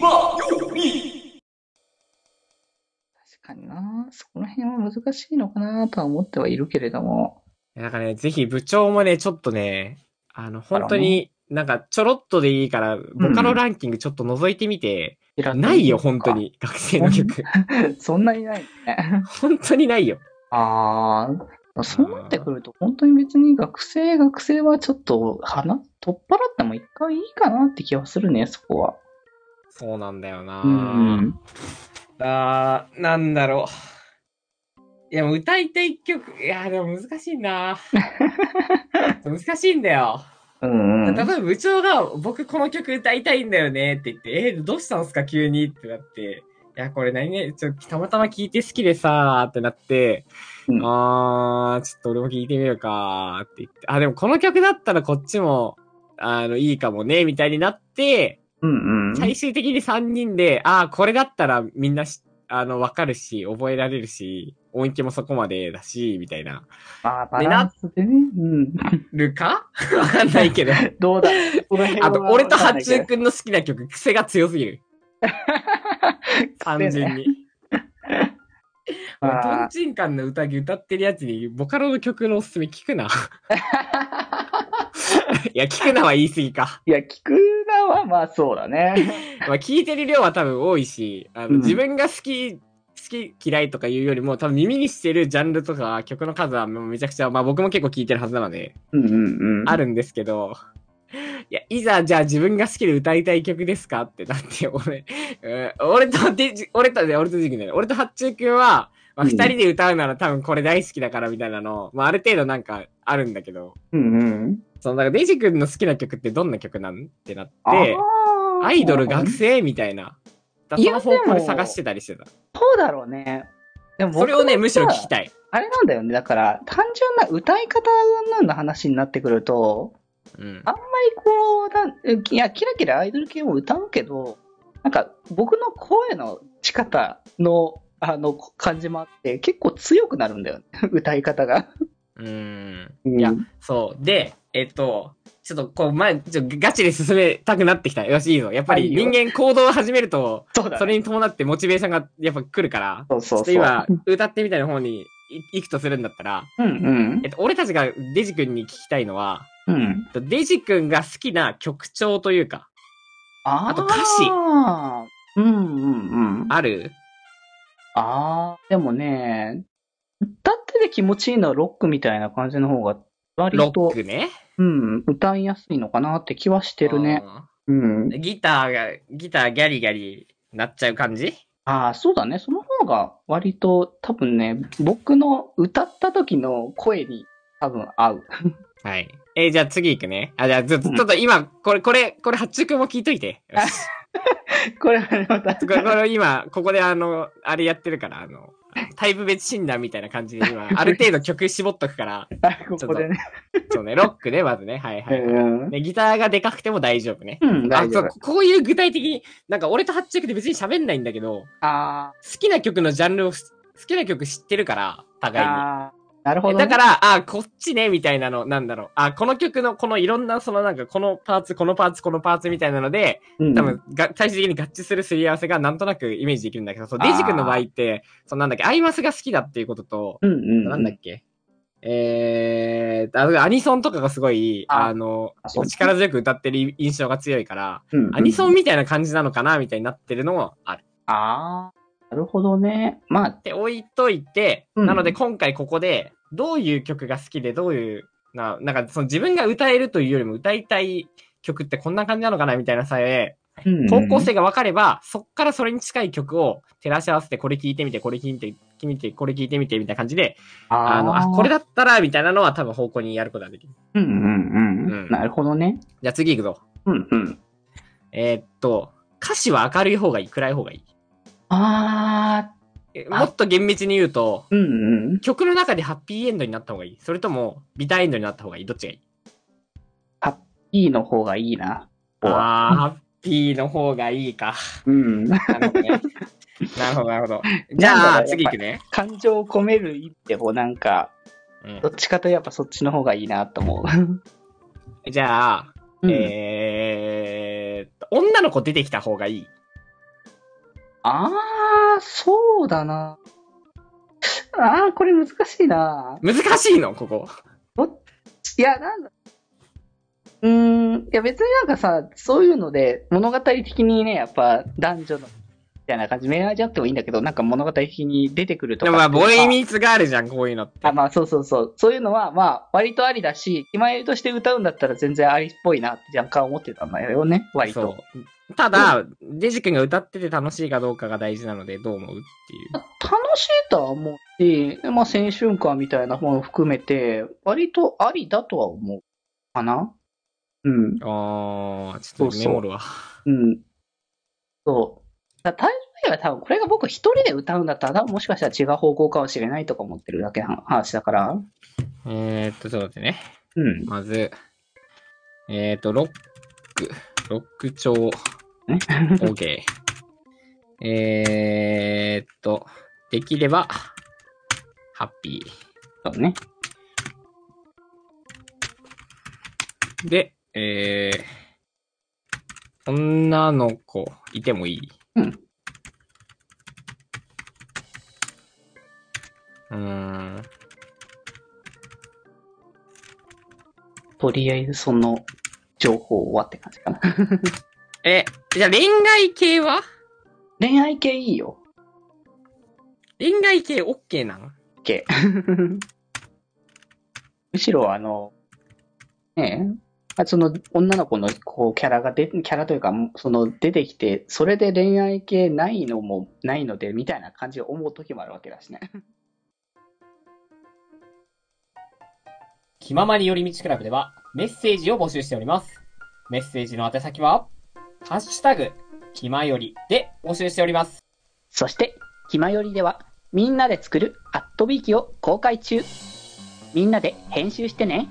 まより確かにな。そこら辺は難しいのかなとは思ってはいるけれども。いやなんかね、ぜひ部長もね、ちょっとね、あの、本当に、なんかちょろっとでいいから、ボカロランキングちょっと覗いてみて、ないよ、本当。に、学生の曲。 そんなにない ね。本当にないよ。ああ、そうなってくると、本当に別に学生、学生はちょっと、鼻、取っ払っても一回いいかなって気はするね、そこは。そうなんだよな、うん。あーなんだろう。いや、もう歌いたい一曲、いや、でも難しいな難しいんだよ。うん、う例えん。ば部長が、僕この曲歌いたいんだよねって言って、えー、どうしたんすか急にってなって、いや、これ何ね、ちょ、たまたま聞いて好きでさーってなって、うんあー、ちょっと俺も聞いてみるかーって言って、あ、でもこの曲だったらこっちも、あの、いいかもね、みたいになって、うんうん。最終的に3人で、ああ、これだったらみんなし、あの、わかるし、覚えられるし、音域もそこまでだし、みたいな。まあ、バランスでね。うん。 るか わかんないけど。どうだ あと、俺と八中くんの好きな曲、癖が強すぎる。 単純に。あもうートンチンカンの宴歌ってるやつに、ボカロの曲のおすすめ聞くな。いや、聞くなは言い過ぎ か。いや、聞くなは、まあそう だね。まあ、聞いてる量は多分多いし、あの、うん自分が好き、好き嫌いとかいうよりも、多分耳にしてるジャンルとか曲の数はもうめちゃくちゃ、まあ僕も結構聞いてるはずなので、うんうんうん。あるんですけど、いや、いざ、じゃあ自分が好きで歌いたい曲ですかってなって、俺、 うん俺とデジ、俺とね、俺とデジ君だよね。俺と八中君は、まあうん二人で歌うなら多分これ大好きだからみたいなの、まあある程度なんかあるんだけど、うんうん。その、だからデジ君の好きな曲ってどんな曲なんってなって、あーアイドル学生みたいな。だいそやの方向ででも探してたりしてた。そうだろうね。でも僕それをね、はむしろ聞きたい。あれなんだよね。だから、単純な歌い方云々の話になってくると、うんあ。んまりこうなん、いや、キラキラアイドル系も歌うけど、なんか、僕の声の仕方の、あの、感じもあって、結構強くなるんだよね。 歌い方が。うん。いやそう。で、えっと、ちょっとこう前、ちょガチで進めたくなってきた。よし、いいぞ。やっぱあいりいよ人間行動を始めると、そうだそね。れに伴ってモチベーションがやっぱ来るから、そうちょそっうとそう。今、歌ってみたいな方にい行くとするんだったら、うんうんえっと、俺たちがデジ君に聞きたいのは、うん。えっとデジ君が好きな曲調というか、あーあと歌詞。うんうんうん。ああるあー、でもね、歌ってて気持ちいいのはロックみたいな感じの方が、割ロとッ、クね。うん、歌いやすいのかなって気はしてるね。あうんー。。ギターが、ギターギャリギャリなっちゃう感じああ、そうだね。その方が割と多分ね、僕の歌った時の声に多分合う。はい。えーじゃあ次行くね。あ、じゃあ、ちょちうょんちょっと今、これ、これ、これ、八中くんも聞いといて。よしこれはね、また これ、これ今、ここであの、あれやってるから、あの、タイプ別診断みたいな感じで今、ある程度曲絞っとくから、ここでね。そうね、ロックね、まずね。はいはうい。ん。でギターがでかくても大丈夫ね。うん、大丈あ夫。そうこういう具体的に、なんか俺と八中くんで別に喋んないんだけど、あ好きな曲のジャンルを、好きな曲知ってるから、ー互いに。あー、なるほど、ね。だから、あ、こっちね、みたいなの、なんだろう。あ、この曲の、このいろんな、そのなんか、このパーツ、このパーツ、このパーツみたいなので、うん、多分、が、最終的に合致するすり合わせがなんとなくイメージできるんだけど、そう、デジ君の場合って、そのなんだっけ、アイマスが好きだっていうことと、うんうん。なんだっけ、えー、あアニソンとかがすごい、ああのあそう、力強く歌ってる印象が強いから、うんうんアニソンみたいな感じなのかな、みたいになってるのもある。ああ、なるほどね。まあ、って置いといて、うんなので今回ここで、どういう曲が好きで、どういう、な、なんかその自分が歌えるというよりも歌いたい曲ってこんな感じなのかなみたいなさえ、うんうん方向性が分かれば、そっからそれに近い曲を照らし合わせて、これ聴いてみて、これ聴いて、聞いてみて、これ聴いてみて、みたいな感じで、あの、あ、これだ。だったら、みたいなのは多分方向にやることができる。うんうんう。うんんなるほどね。じゃあ次行くぞ。うんうん。えーっと、歌詞は明るい方がいい、暗い方がいい。ああ、えもっと厳密に言うと、うんうん。曲の中でハッピーエンドになった方がいいそれとも、ビターエンドになった方がいいどっちがいいハッピーの方がいいな。ここはあー、ハッピーの方がいいか。うん。なるほど、 ね、なるほど、なるほど。じなんだゃろあ、う次行くね。感情を込める一手もなんか、うんどっちかといえばそっちの方がいいなと思う。じゃあ、うんえーっと、女の子出てきた方がいい。あー、そうだな。あー、これ難しいな。難しいのここ。いや、なんだ。うーん、いや別になんかさ、そういうので、物語的にね、やっぱ男女の、みたいな感じ、恋愛じゃなくてもいいんだけど、なんか物語的に出てくるとでか。もまあ、ボーイミーツがあるじゃん、こういうのって。あ、まあそうそうそう。そういうのは、まあ、割とありだし、今よりとして歌うんだったら全然ありっぽいなって若干思ってたんだよね、割と。そう。ただ、デジ君が歌ってて楽しいかどうかが大事なので、どう思うっていう。楽しいとは思うし、まあ、青春感みたいなものを含めて、割とありだとは思うかな。うん、あー、ちょっとメモるわ。うん。そう。だ大丈夫は多分、これが僕一人で歌うんだったら、多分もしかしたら違う方向かもしれないとか思ってるだけの話だから。えーっと、ちょっと待ってね。うん。まず、えーっと、ロック、ロック 調、オえーケー。えーっと、できれば、ハッピそうね。ー。で、えー、女の子、いてもいい。うん。うーん。とりあえずその情報はって感じかな。 え、じゃあ恋愛系は恋愛系いいよ。 恋愛系 OK なの OK。むしろあの、ねえ、あその女の子のこうキャラがで、キャラというか、その出てきて、それで恋愛系ないのもないので、みたいな感じを思う時もあるわけだしね。気ままに寄り道クラブではメッセージを募集しております。メッセージの宛先は、ハッシュタグ、気まよりで募集しております。そして、ひまよりでは、みんなで作るアットビーキを公開中。みんなで編集してね。